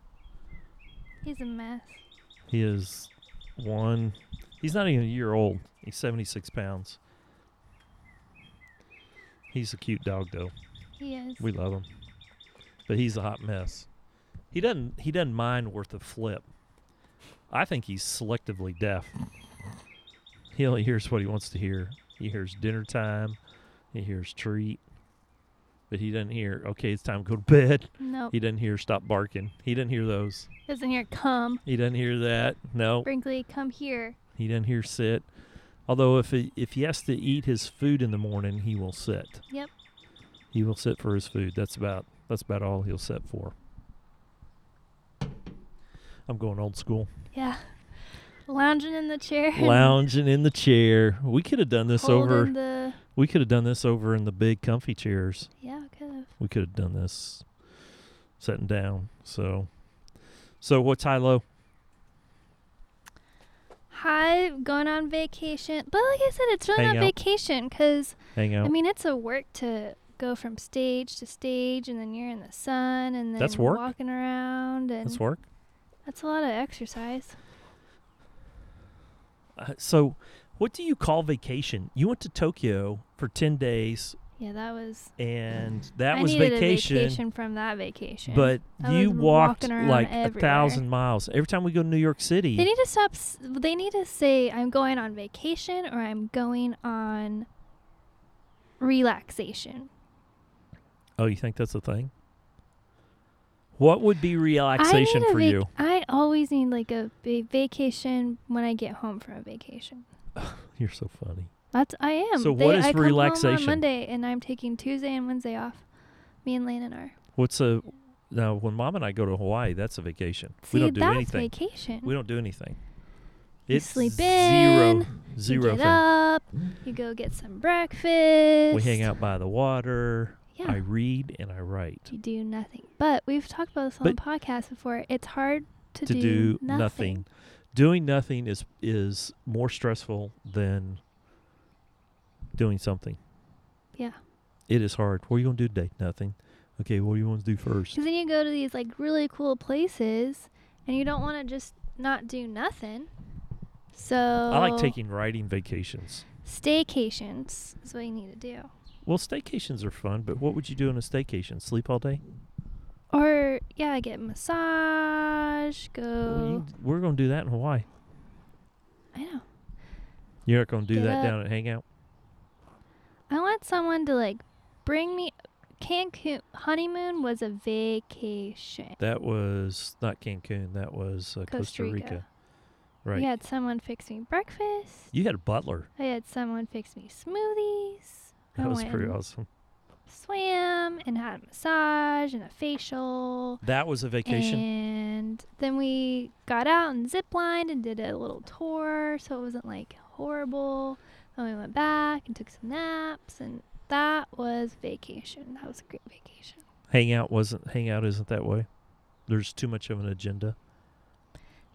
B: He's a mess.
A: He is one. He's not even a year old. He's 76 pounds. He's a cute dog, though.
B: He is.
A: We love him, but he's a hot mess. He doesn't. He doesn't mind worth a flip. I think he's selectively deaf. He only hears what he wants to hear. He hears dinner time. He hears treat. But he doesn't hear. Okay, it's time to go to bed.
B: nope.
A: He doesn't hear. Stop barking. He doesn't hear those.
B: Doesn't hear come.
A: He doesn't hear that. No.
B: Brinkley, come here.
A: He doesn't hear sit. Although if he, if he has to eat his food in the morning, he will sit.
B: Yep.
A: He will sit for his food. That's about that's about all he'll sit for. I'm going old school.
B: Yeah. Lounging in the chair. and
A: Lounging in the chair. We could have done this over.
B: holding The,
A: we could have done this over in the big comfy chairs.
B: yeah, kind of.
A: We could have done this sitting down. So so what's high low?
B: Hi, going on vacation. But like I said, it's really
A: Hang
B: not
A: out.
B: vacation because
A: Hang out.
B: I mean it's a work to go from stage to stage, and then you're in the sun, and then
A: That's work.
B: walking around, and
A: That's work.
B: that's a lot of exercise.
A: Uh, so what do you call vacation? You went to Tokyo for 10 days
B: Yeah, that was.
A: and that
B: I
A: was
B: needed
A: vacation,
B: a vacation from that vacation.
A: but
B: I
A: you
B: was
A: walked
B: walking around
A: like a
B: everywhere.
A: thousand miles every time we go to new york city
B: they need to stop. s- They need to say I'm going on vacation or I'm going on relaxation.
A: oh you think that's a thing what would be relaxation
B: I need a
A: for
B: vac-
A: you
B: I always need like a, va- vacation when I get home from a vacation.
A: you're so funny
B: That's I am.
A: So
B: They-
A: what is
B: I come home on
A: relaxation?
B: Monday, and I'm taking Tuesday and Wednesday off. Me and Landon are.
A: what's a now when mom and i go to hawaii that's a vacation we
B: See,
A: don't do
B: that's
A: anything
B: vacation.
A: we don't do anything
B: You
A: it's
B: sleep
A: zero
B: in,
A: zero
B: you get
A: thing
B: up. You go get some breakfast.
A: we hang out by the water
B: Yeah.
A: i read and i write
B: You do nothing. But we've talked about this on the podcast before. It's hard to,
A: to do nothing. Doing nothing is is more stressful than doing something.
B: Yeah.
A: It is hard. What are you gonna do today? Nothing. Okay, what do you want to do first?
B: Because then you go to these like really cool places, and you don't want to just not do nothing. So
A: I like taking writing vacations.
B: staycations. Is what you need to do.
A: Well, staycations are fun, but what would you do in a staycation? Sleep all day?
B: Uh, Or yeah, I get massage.
A: Well, you-
B: Go.
A: we're going to do that in Hawaii.
B: I know.
A: You're not going to do
B: Get
A: that
B: up.
A: down at Hangout?
B: I want someone to like bring me. Cancun honeymoon was a vacation.
A: That was not Cancun. That was uh, Costa,
B: Costa
A: Rica.
B: Rica.
A: Right.
B: We had someone fix me breakfast.
A: You had a butler.
B: I had someone fix me smoothies.
A: That
B: I
A: was pretty
B: went
A: awesome.
B: Swam and had a massage and a facial.
A: That was a vacation.
B: And then we got out and ziplined and did a little tour, so it wasn't like horrible. Then we went back and took some naps, and that was vacation. That was a great vacation.
A: hangout wasn't hangout isn't that way. There's too much of an agenda.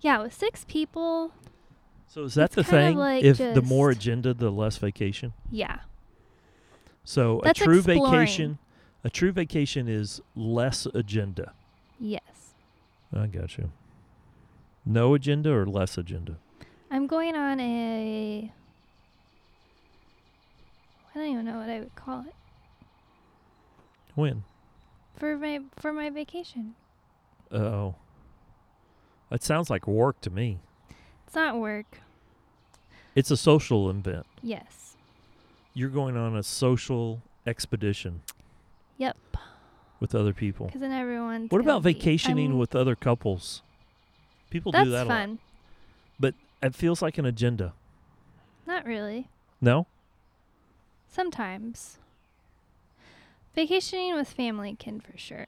B: Yeah, with six people.
A: So is that
B: It's
A: the
B: kind of
A: thing?
B: like
A: if the more
B: just-
A: agenda, the less vacation.
B: Yeah,
A: So
B: That's
A: a true
B: exploring.
A: vacation, a true vacation is less agenda.
B: yes.
A: I got you. No agenda or less agenda.
B: I'm going on a. I don't even know what I would call it
A: When?
B: for my for my vacation.
A: Uh oh. It sounds like work to me.
B: It's not work.
A: It's a social event.
B: Yes.
A: You're going on a social expedition
B: Yep.
A: with other people.
B: Because then everyone's.
A: What about
B: gonna be-
A: vacationing
B: I'm-
A: with other couples? People
B: That's
A: do that a lot.
B: fun.
A: It feels like an agenda.
B: Not really.
A: No?
B: Sometimes. Vacationing with family can for sure.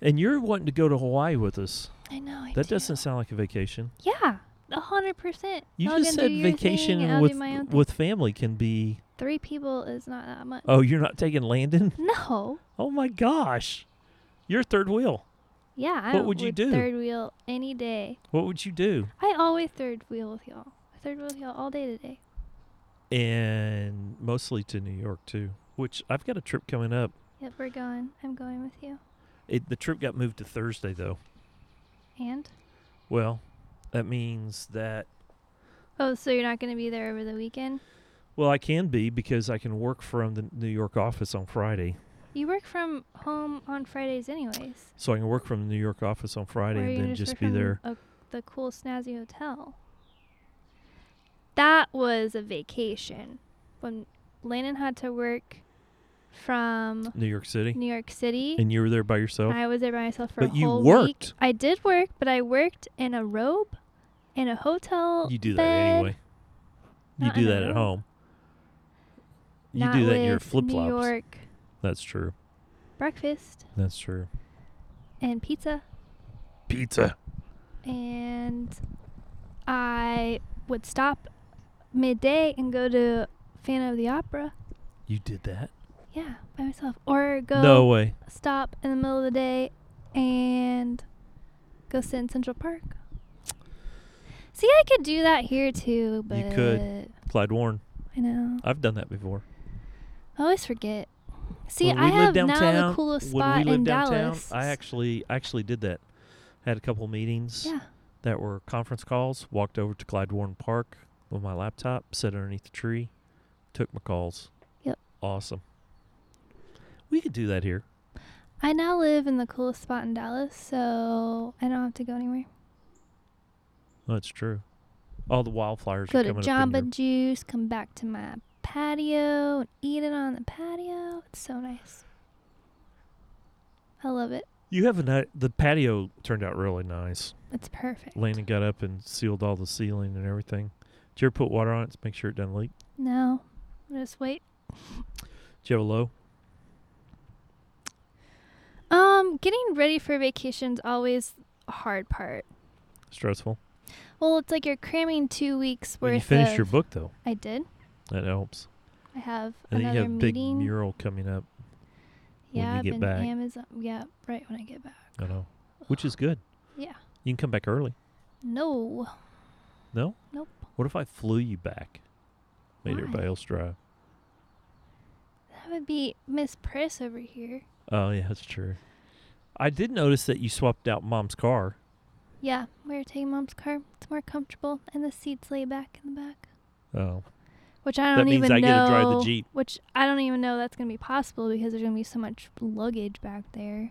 A: And you're wanting to go to Hawaii with us.
B: I know. I
A: That
B: do.
A: doesn't sound like a vacation.
B: Yeah, a hundred percent.
A: You
B: Y'all
A: just
B: can
A: said
B: do your thing,
A: vacation
B: and I'll do
A: with
B: my own thing.
A: with family can be.
B: three people is not that much.
A: Oh, you're not taking Landon?
B: No.
A: Oh my gosh. You're third wheel.
B: Yeah. I
A: What would you do?
B: Third wheel any day.
A: What would you do?
B: I always third wheel with y'all. I Third wheel with y'all all day today.
A: And mostly to New York too, which I've got a trip coming up.
B: Yep, we're going. I'm going with you.
A: It, the trip got moved to Thursday though.
B: And
A: Well, that means that
B: oh, so you're not going to be there over the weekend?
A: well, I can be because I can work from the New York office on Friday.
B: You work from home on Fridays, anyways.
A: So I can work from the New York office on Friday
B: Or
A: and
B: you
A: then
B: were
A: just be
B: from
A: there.
B: a- the cool snazzy hotel. That was a vacation when Landon had to work from
A: New York City.
B: New York City.
A: And you were there by yourself?
B: I was there by myself for a
A: But you
B: whole
A: worked.
B: week. I did work, but I worked in a robe, in a hotel.
A: You do that
B: bed,
A: anyway. You
B: Not
A: do
B: in a
A: that at
B: row.
A: home. You
B: not
A: do that in your
B: with
A: flip
B: New
A: flops.
B: York
A: That's true.
B: breakfast
A: That's true.
B: and pizza,
A: Pizza.
B: and I would stop midday and go to Phantom of the Opera.
A: You did that?
B: Yeah, by myself. Or go
A: No way.
B: stop in the middle of the day and go sit in Central Park. See, I could do that here too, but
A: You could. Clyde Warren.
B: I know.
A: I've done that before.
B: I always forget. See,
A: when we
B: I have
A: lived downtown,
B: now the coolest
A: when
B: spot
A: we lived
B: in
A: downtown,
B: Dallas.
A: I actually actually did that. Had a couple meetings
B: yeah,
A: that were conference calls. Walked over to Clyde Warren Park with my laptop, sat underneath the tree, took my calls.
B: Yep.
A: Awesome. We could do that here.
B: I now live in the coolest spot in Dallas, so I don't have to go anywhere.
A: That's true. All the wildflowers
B: Go
A: are
B: to
A: coming up in your
B: Jamba Juice, come back to my patio, and eat it on the patio. It's so nice. I love it.
A: You have a ni- the patio turned out really nice.
B: It's perfect.
A: Landon got up and sealed all the ceiling and everything. Did you ever put water on it to make sure it doesn't leak?
B: No, just wait.
A: Did you have a low?
B: Um, getting ready for vacation's always a hard part.
A: Stressful.
B: Well, it's like you're cramming two weeks
A: When
B: worth.
A: you finished your
B: of-
A: book though,
B: I did.
A: that helps.
B: I have
A: And then
B: another
A: you have a big
B: meeting.
A: mural coming up. when
B: yeah,
A: you
B: I've
A: get
B: been
A: back.
B: Amazon. Yeah, right when I get back.
A: I know, which is good.
B: Yeah.
A: You can come back early.
B: No.
A: No.
B: Nope.
A: What if I flew you back? Made
B: Why?
A: everybody else drive.
B: That would be Miss Press over here.
A: Oh yeah, that's true. I did notice that you swapped out mom's car.
B: Yeah, we we're taking mom's car. It's more comfortable, and the seats lay back in the back.
A: Oh,
B: Which I
A: That
B: don't
A: means
B: even
A: I
B: know.
A: get to drive the Jeep.
B: Which I don't even know that's gonna be possible because there's gonna be so much luggage back there.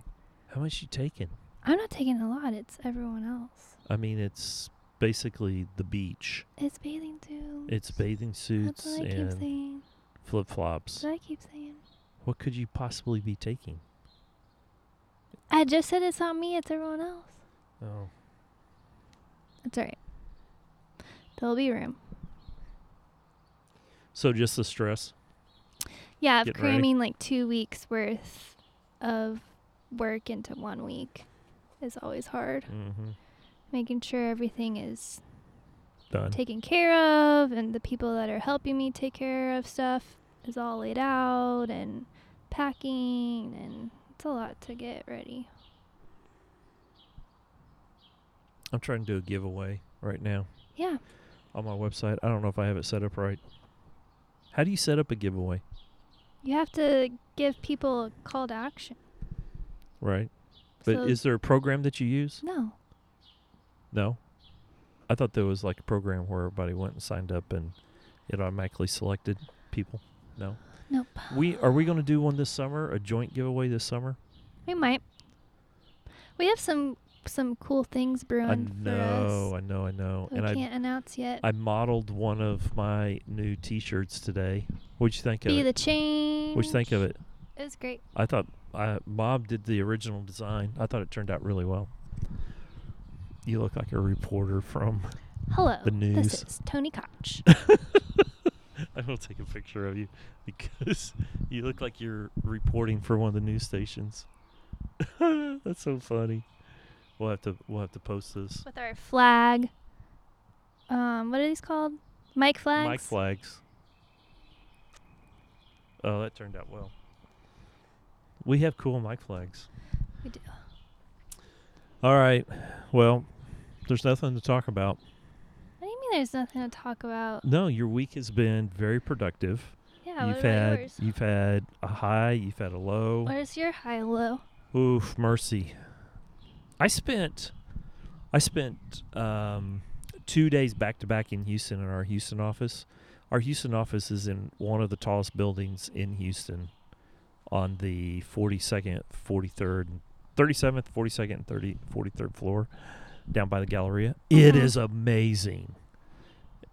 A: How much you taking?
B: I'm not taking a lot. It's everyone else.
A: I mean, it's basically the beach.
B: It's bathing too.
A: It's bathing
B: That's
A: suits
B: what I keep
A: and
B: saying.
A: flip flops.
B: That's what I keep saying.
A: What could you possibly be taking?
B: I just said it's not me. It's everyone else.
A: Oh,
B: That's all right. There'll be room.
A: so just the stress.
B: Yeah, of
A: Getting ready.
B: cramming like two weeks worth of work into one week is always hard.
A: Mm-hmm.
B: Making sure everything is
A: Done.
B: taken care of and the people that are helping me take care of stuff is all laid out and packing and it's a lot to get ready.
A: I'm trying to do a giveaway right now
B: Yeah.
A: on my website. I don't know if I have it set up right. How do you set up a giveaway?
B: You have to give people a call to action.
A: Right. But
B: so
A: is there a program that you use?
B: no.
A: No. I thought there was like a program where everybody went and signed up and it automatically selected people. No.
B: Nope.
A: We are we going to do one this summer? A joint giveaway this summer?
B: We might. We have some some cool things brewing
A: I
B: for
A: know,
B: us.
A: I know, I know.
B: that We
A: and I
B: can't announce yet.
A: I modeled one of my new T-shirts today. What'd you think of
B: Be
A: it?
B: the change.
A: What'd you think of it?
B: It was great.
A: I thought I, Bob did the original design. I thought it turned out really well. You look like a reporter from.
B: Hello.
A: The news.
B: This is Tony Koch.
A: I will take a picture of you because you look like you're reporting for one of the news stations. That's so funny. We'll have to we'll have to post this.
B: with our flag. Um, what are these called? Mike flags.
A: Mike flags. Oh, that turned out well. We have cool mic flags.
B: We do.
A: All right. Well, there's nothing to talk about.
B: What do you mean? There's nothing to talk about.
A: No, your week has been very productive.
B: Yeah.
A: you've
B: what about
A: had
B: yours?
A: you've had a high, you've had a low.
B: Where's your high low?
A: Oof, mercy. I spent I spent um, two days back to back in Houston in our Houston office. Our Houston office is in one of the tallest buildings in Houston on the 42nd, 43rd, 37th, 42nd, and 30, 43rd floor down by the Galleria. It
B: Mhm.
A: is amazing.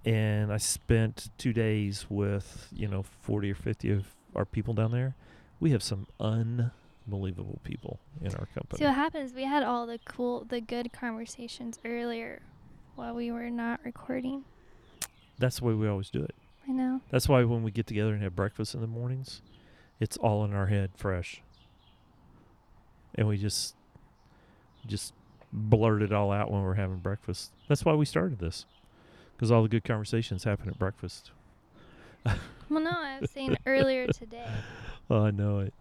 A: And I spent two days with, you know, 40 or 50 of our people down there. We have some unbelievable people in our company.
B: See what happens. We had all the cool, the good conversations earlier, while we were not recording.
A: That's the way we always do it.
B: I know.
A: That's why when we get together and have breakfast in the mornings, it's all in our head fresh. And we just just blurt it all out when we're having breakfast. That's why we started this. Cuz all the good conversations happen at breakfast.
B: Well, no, I was saying earlier today.
A: Oh, I know it.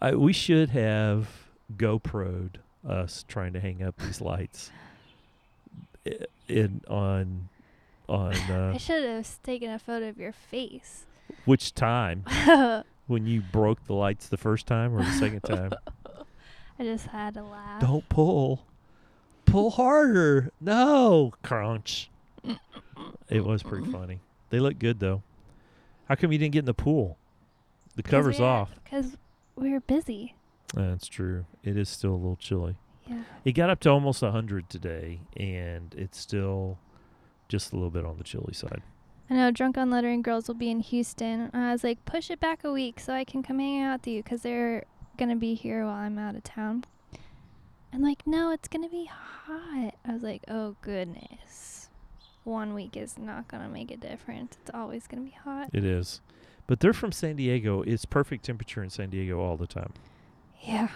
A: I, we should have GoPro'd us trying to hang up these lights i- in on on
B: I
A: uh,
B: should have taken a photo of your face.
A: which time
B: I
A: when you broke the lights the first time or the second time.
B: just had to laugh.
A: Don't pull. Pull harder. No. Crunch. It was pretty funny. They look good though. How come you didn't get in the pool? The cover's off.
B: Because we were busy.
A: That's true. It is still a little chilly.
B: Yeah.
A: It got up to almost 100 today, and it's still just a little bit on the chilly side.
B: I know Drunk on Lettering Girls will be in Houston. And I was like, push it back a week so I can come hang out with you because they're going to be here while I'm out of town. And like, no, it's going to be hot. I was like, oh, goodness. One week is not going to make a difference. It's always going to be hot.
A: It is. But they're from San Diego. It's perfect temperature in San Diego all the time.
B: Yeah.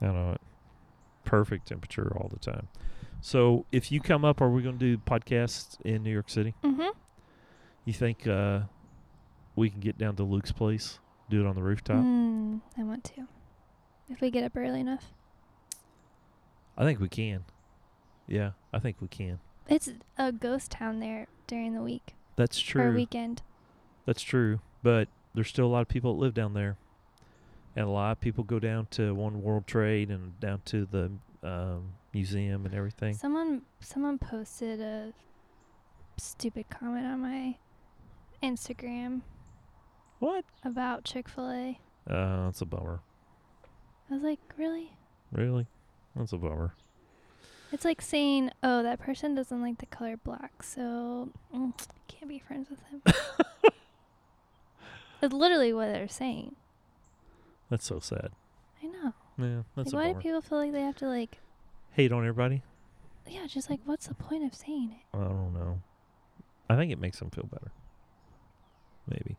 A: I don't know. Perfect temperature all the time. So if you come up, are we going to do podcasts in New York City?
B: Mm hmm.
A: You think uh, we can get down to Luke's place, do it on the rooftop?
B: Mm, I want to. If we get up early enough.
A: I think we can. Yeah, I think we can.
B: It's a ghost town there during the week
A: That's
B: or
A: true.
B: weekend.
A: That's true. But there's still a lot of people that live down there, and a lot of people go down to One World Trade and down to the um, museum and everything.
B: Someone someone posted a stupid comment on my Instagram
A: What?
B: about Chick fil A.
A: Uh, that's a bummer.
B: I was like, really?
A: Really? That's a bummer.
B: It's like saying, oh, that person doesn't like the color black, so mm, can't be friends with him. That's literally what they're saying.
A: That's so sad.
B: I know.
A: Yeah, that's
B: like, why
A: a
B: do
A: bummer.
B: people feel like they have to like,
A: Hate on everybody?
B: yeah, just like, what's the point of saying it?
A: I don't know. I think it makes them feel better. Maybe.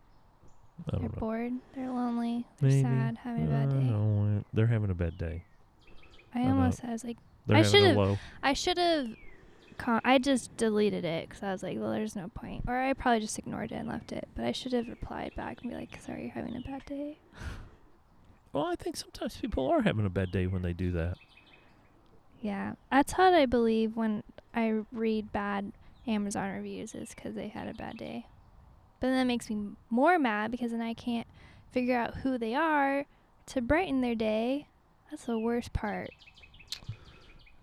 A: I don't
B: They're
A: know.
B: bored. They're lonely. They're
A: Maybe.
B: sad. Having a bad
A: I
B: day.
A: don't know. They're having a bad day.
B: I
A: I know.
B: almost I was like,
A: They're
B: I
A: having
B: should've-
A: a low.
B: I should have. Con- I just deleted it because I was like, well, there's no point. Or I probably just ignored it and left it. But I should have replied back and be like, sorry, you're having a bad day.
A: Well, I think sometimes people are having a bad day when they do that.
B: Yeah, that's how I believe when I read bad Amazon reviews is because they had a bad day. But then that makes me more mad because then I can't figure out who they are to brighten their day. That's the worst part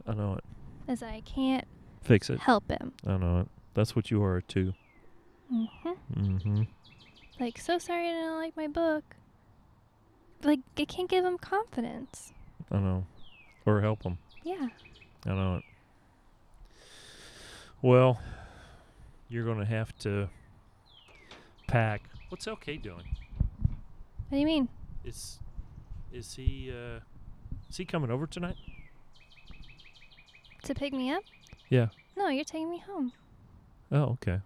A: I know it.
B: is that I can't
A: Fix it.
B: help him.
A: I know it. That's what you are too.
B: hmm
A: Mm-hmm.
B: Like, so sorry I didn't like my book. Like, I can't give him confidence.
A: I know. Or help them.
B: Yeah.
A: I know it. Well, you're gonna have to pack. What's LK doing?
B: What do you mean?
A: Is is he uh, is he coming over tonight?
B: To pick me up?
A: Yeah.
B: No, you're taking me home.
A: Oh, okay.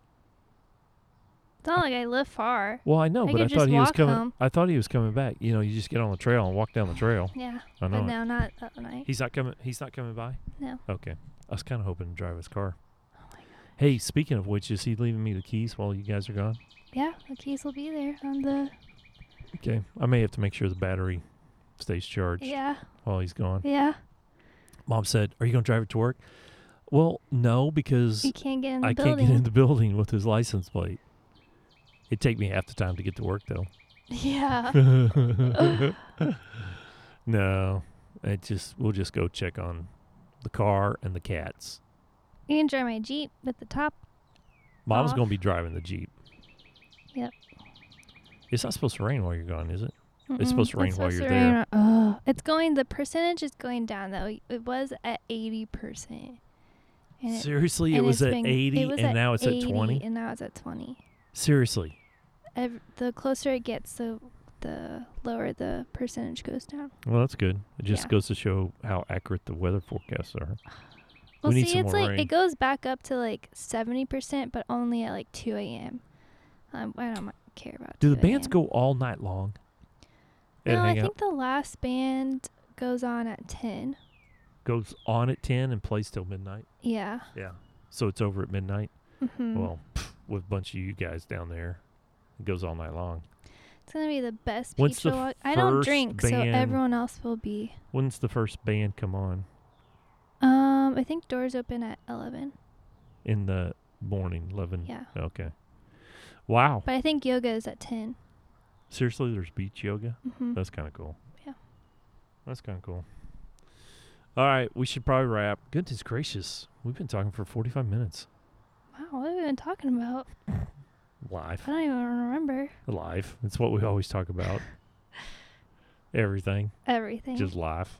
B: It's not like I live far.
A: Well, I know,
B: I
A: but I
B: could
A: thought
B: just
A: he was
B: walk
A: coming.
B: home.
A: I thought he was coming back. You know, you just get on the trail and walk down the trail.
B: Yeah.
A: I know.
B: But
A: it.
B: no, not that night.
A: He's not coming. He's not coming by.
B: No.
A: Okay. I was kind of hoping to drive his car.
B: Oh my god.
A: Hey, speaking of which, is he leaving me the keys while you guys are gone?
B: Yeah, the keys will be there on the.
A: Okay. I may have to make sure the battery stays charged
B: Yeah,
A: while he's gone.
B: yeah.
A: Mom said, "Are you going to drive it to work?" Well, no, because
B: You can't get in the
A: I can't
B: building.
A: get in the building with his license plate. It'd take me half the time to get to work, though.
B: yeah.
A: no, it just we'll just go check on the car and the cats.
B: You can drive my Jeep with the top.
A: Mom's
B: Aw.
A: gonna be driving the jeep.
B: Yep.
A: It's not supposed to rain while you're gone, is it?
B: Mm-mm,
A: supposed to rain while
B: supposed
A: you're
B: to rain
A: there.
B: on- Ugh. It's going, the percentage is going down, though. It was at 80%. And it-
A: Seriously, it
B: and
A: was
B: it's
A: at
B: been-
A: eighty,
B: it was
A: and now it's
B: 80,
A: at twenty.
B: And now it's at 20.
A: Seriously,
B: Ev the closer it gets, the, the lower the percentage goes down.
A: well, that's good. It just
B: Yeah.
A: goes to show how accurate the weather forecasts are. We
B: Well,
A: need
B: see,
A: some
B: it's
A: more
B: like
A: rain.
B: it goes back up to like seventy percent, but only at like two a.m. Um, I don't mi- care about.
A: Do the
B: 2
A: bands
B: a.m..
A: go all night long? And
B: No, I
A: hang out
B: think the last band goes on at ten.
A: goes on at ten and plays till midnight.
B: Yeah.
A: Yeah, so it's over at midnight.
B: hmm
A: Well, pff, with a bunch of you guys down there, it goes all night long.
B: it's gonna be the best
A: when's
B: pizza
A: the
B: walk. I don't
A: first
B: drink, so
A: band-
B: everyone else will be.
A: When's the first band come on
B: Um, I think doors open at eleven.
A: in the morning? Eleven.
B: Yeah,
A: Okay. Wow.
B: but I think yoga is at ten.
A: Seriously, there's beach yoga.
B: Mm-hmm.
A: That's kind of cool.
B: Yeah.
A: That's kind of cool. All right, we should probably wrap. Goodness gracious, we've been talking for 45 minutes.
B: Wow, what have we been talking about?
A: Live,
B: I don't even remember
A: live. It's what we always talk about. Everything,
B: everything.
A: just life.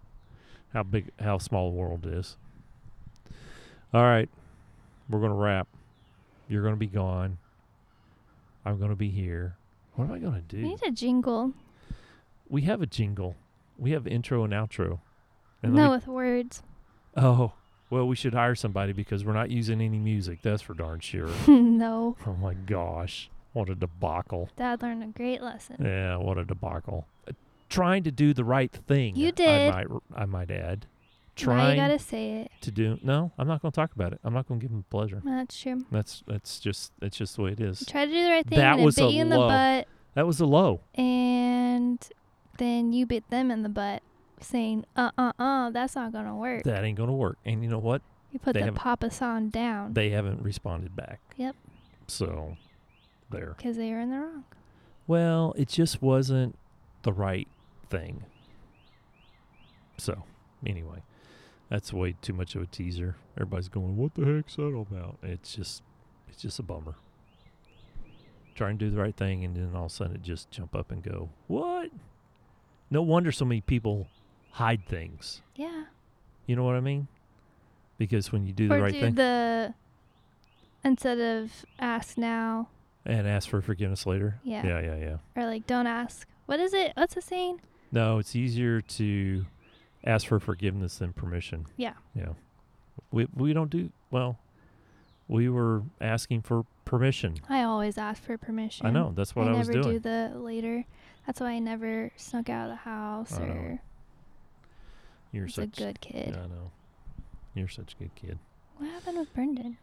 A: How big, how small the world is. All right, we're gonna wrap. You're gonna be gone. I'm gonna be here. What am I gonna do?
B: we need a jingle.
A: we have a jingle. We have intro and outro. And let
B: No,
A: me-
B: with words.
A: oh, well, we should hire somebody because we're not using any music. That's for darn sure.
B: no.
A: oh my gosh, what a debacle!
B: Dad learned a great lesson.
A: Yeah, what a debacle. Uh, trying to do the right thing.
B: You did.
A: I might, I might add.
B: Now you
A: Trying
B: gotta say it.
A: to do. No, I'm not going to talk about it. I'm not going to give him pleasure.
B: That's true.
A: That's that's just that's just the way it is.
B: Try to do the right thing.
A: That
B: and it
A: was
B: bit
A: a
B: you in the
A: low.
B: butt,
A: That was a low.
B: and then you bit them in the butt, saying, "Uh, uh, uh, that's not gonna work."
A: That ain't going to work. And you know what?
B: you put
A: they
B: the
A: haven't-
B: Papa San down
A: They haven't responded back.
B: Yep.
A: So, there.
B: because they were in the wrong.
A: Well, it just wasn't the right thing. So, anyway, that's way too much of a teaser. Everybody's going, "What the heck's that all about?" It's just, it's just a bummer. try and do the right thing, and then all of a sudden it just jump up and go, what? No wonder so many people hide things.
B: Yeah.
A: You know what I mean? Because when you do
B: or
A: the right
B: do
A: thing
B: the instead of ask now
A: and ask for forgiveness later.
B: Yeah.
A: Yeah, yeah, yeah.
B: or like don't ask. What is it? What's the saying?
A: No, it's easier to ask for forgiveness than permission.
B: Yeah.
A: Yeah. We we don't do well. We were asking for permission.
B: I always ask for permission.
A: I know. That's what I,
B: I,
A: was
B: never
A: doing.
B: do the later. That's why I never snuck out of the house
A: I know.
B: or
A: You're
B: was a
A: such.
B: good kid.
A: Yeah, I know. You're such a good kid.
B: What happened with Brendan?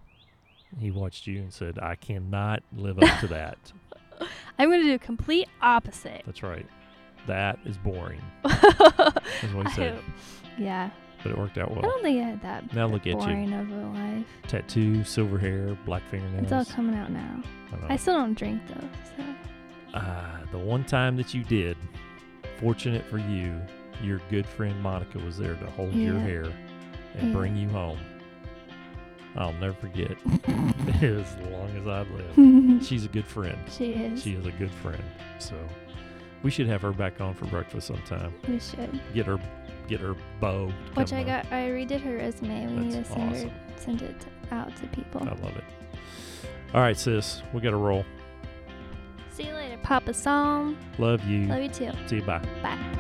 A: He watched you and said, "I cannot live up to that."
B: I'm gonna do complete opposite.
A: That's right. That is boring. That's what he said.
B: I- yeah.
A: But it worked out
B: I
A: well.
B: don't think I had that
A: Now look at you.
B: boring of a life.
A: Tattoo, silver hair, black fingernails.
B: It's all coming out now.
A: I don't know.
B: I still don't drink though, so
A: Ah, the one time that you did, fortunate for you, your good friend Monica was there to hold your
B: Yeah.
A: hair and
B: Yeah.
A: bring you home. I'll never forget as long as I live.
B: she
A: She's a good friend.
B: is.
A: She is a good friend. So we should have her back on for breakfast sometime.
B: we should.
A: Get her, get her bow. to
B: Which
A: come
B: I
A: by.
B: got. I redid her resume. We need to
A: That's
B: send
A: awesome. Oh.
B: her, send it to- out to people.
A: I love it. All right, sis, we got to roll.
B: See you later, Papa Psalm.
A: Love you. Mm.
B: Love you too.
A: See you. Bye.
B: Bye.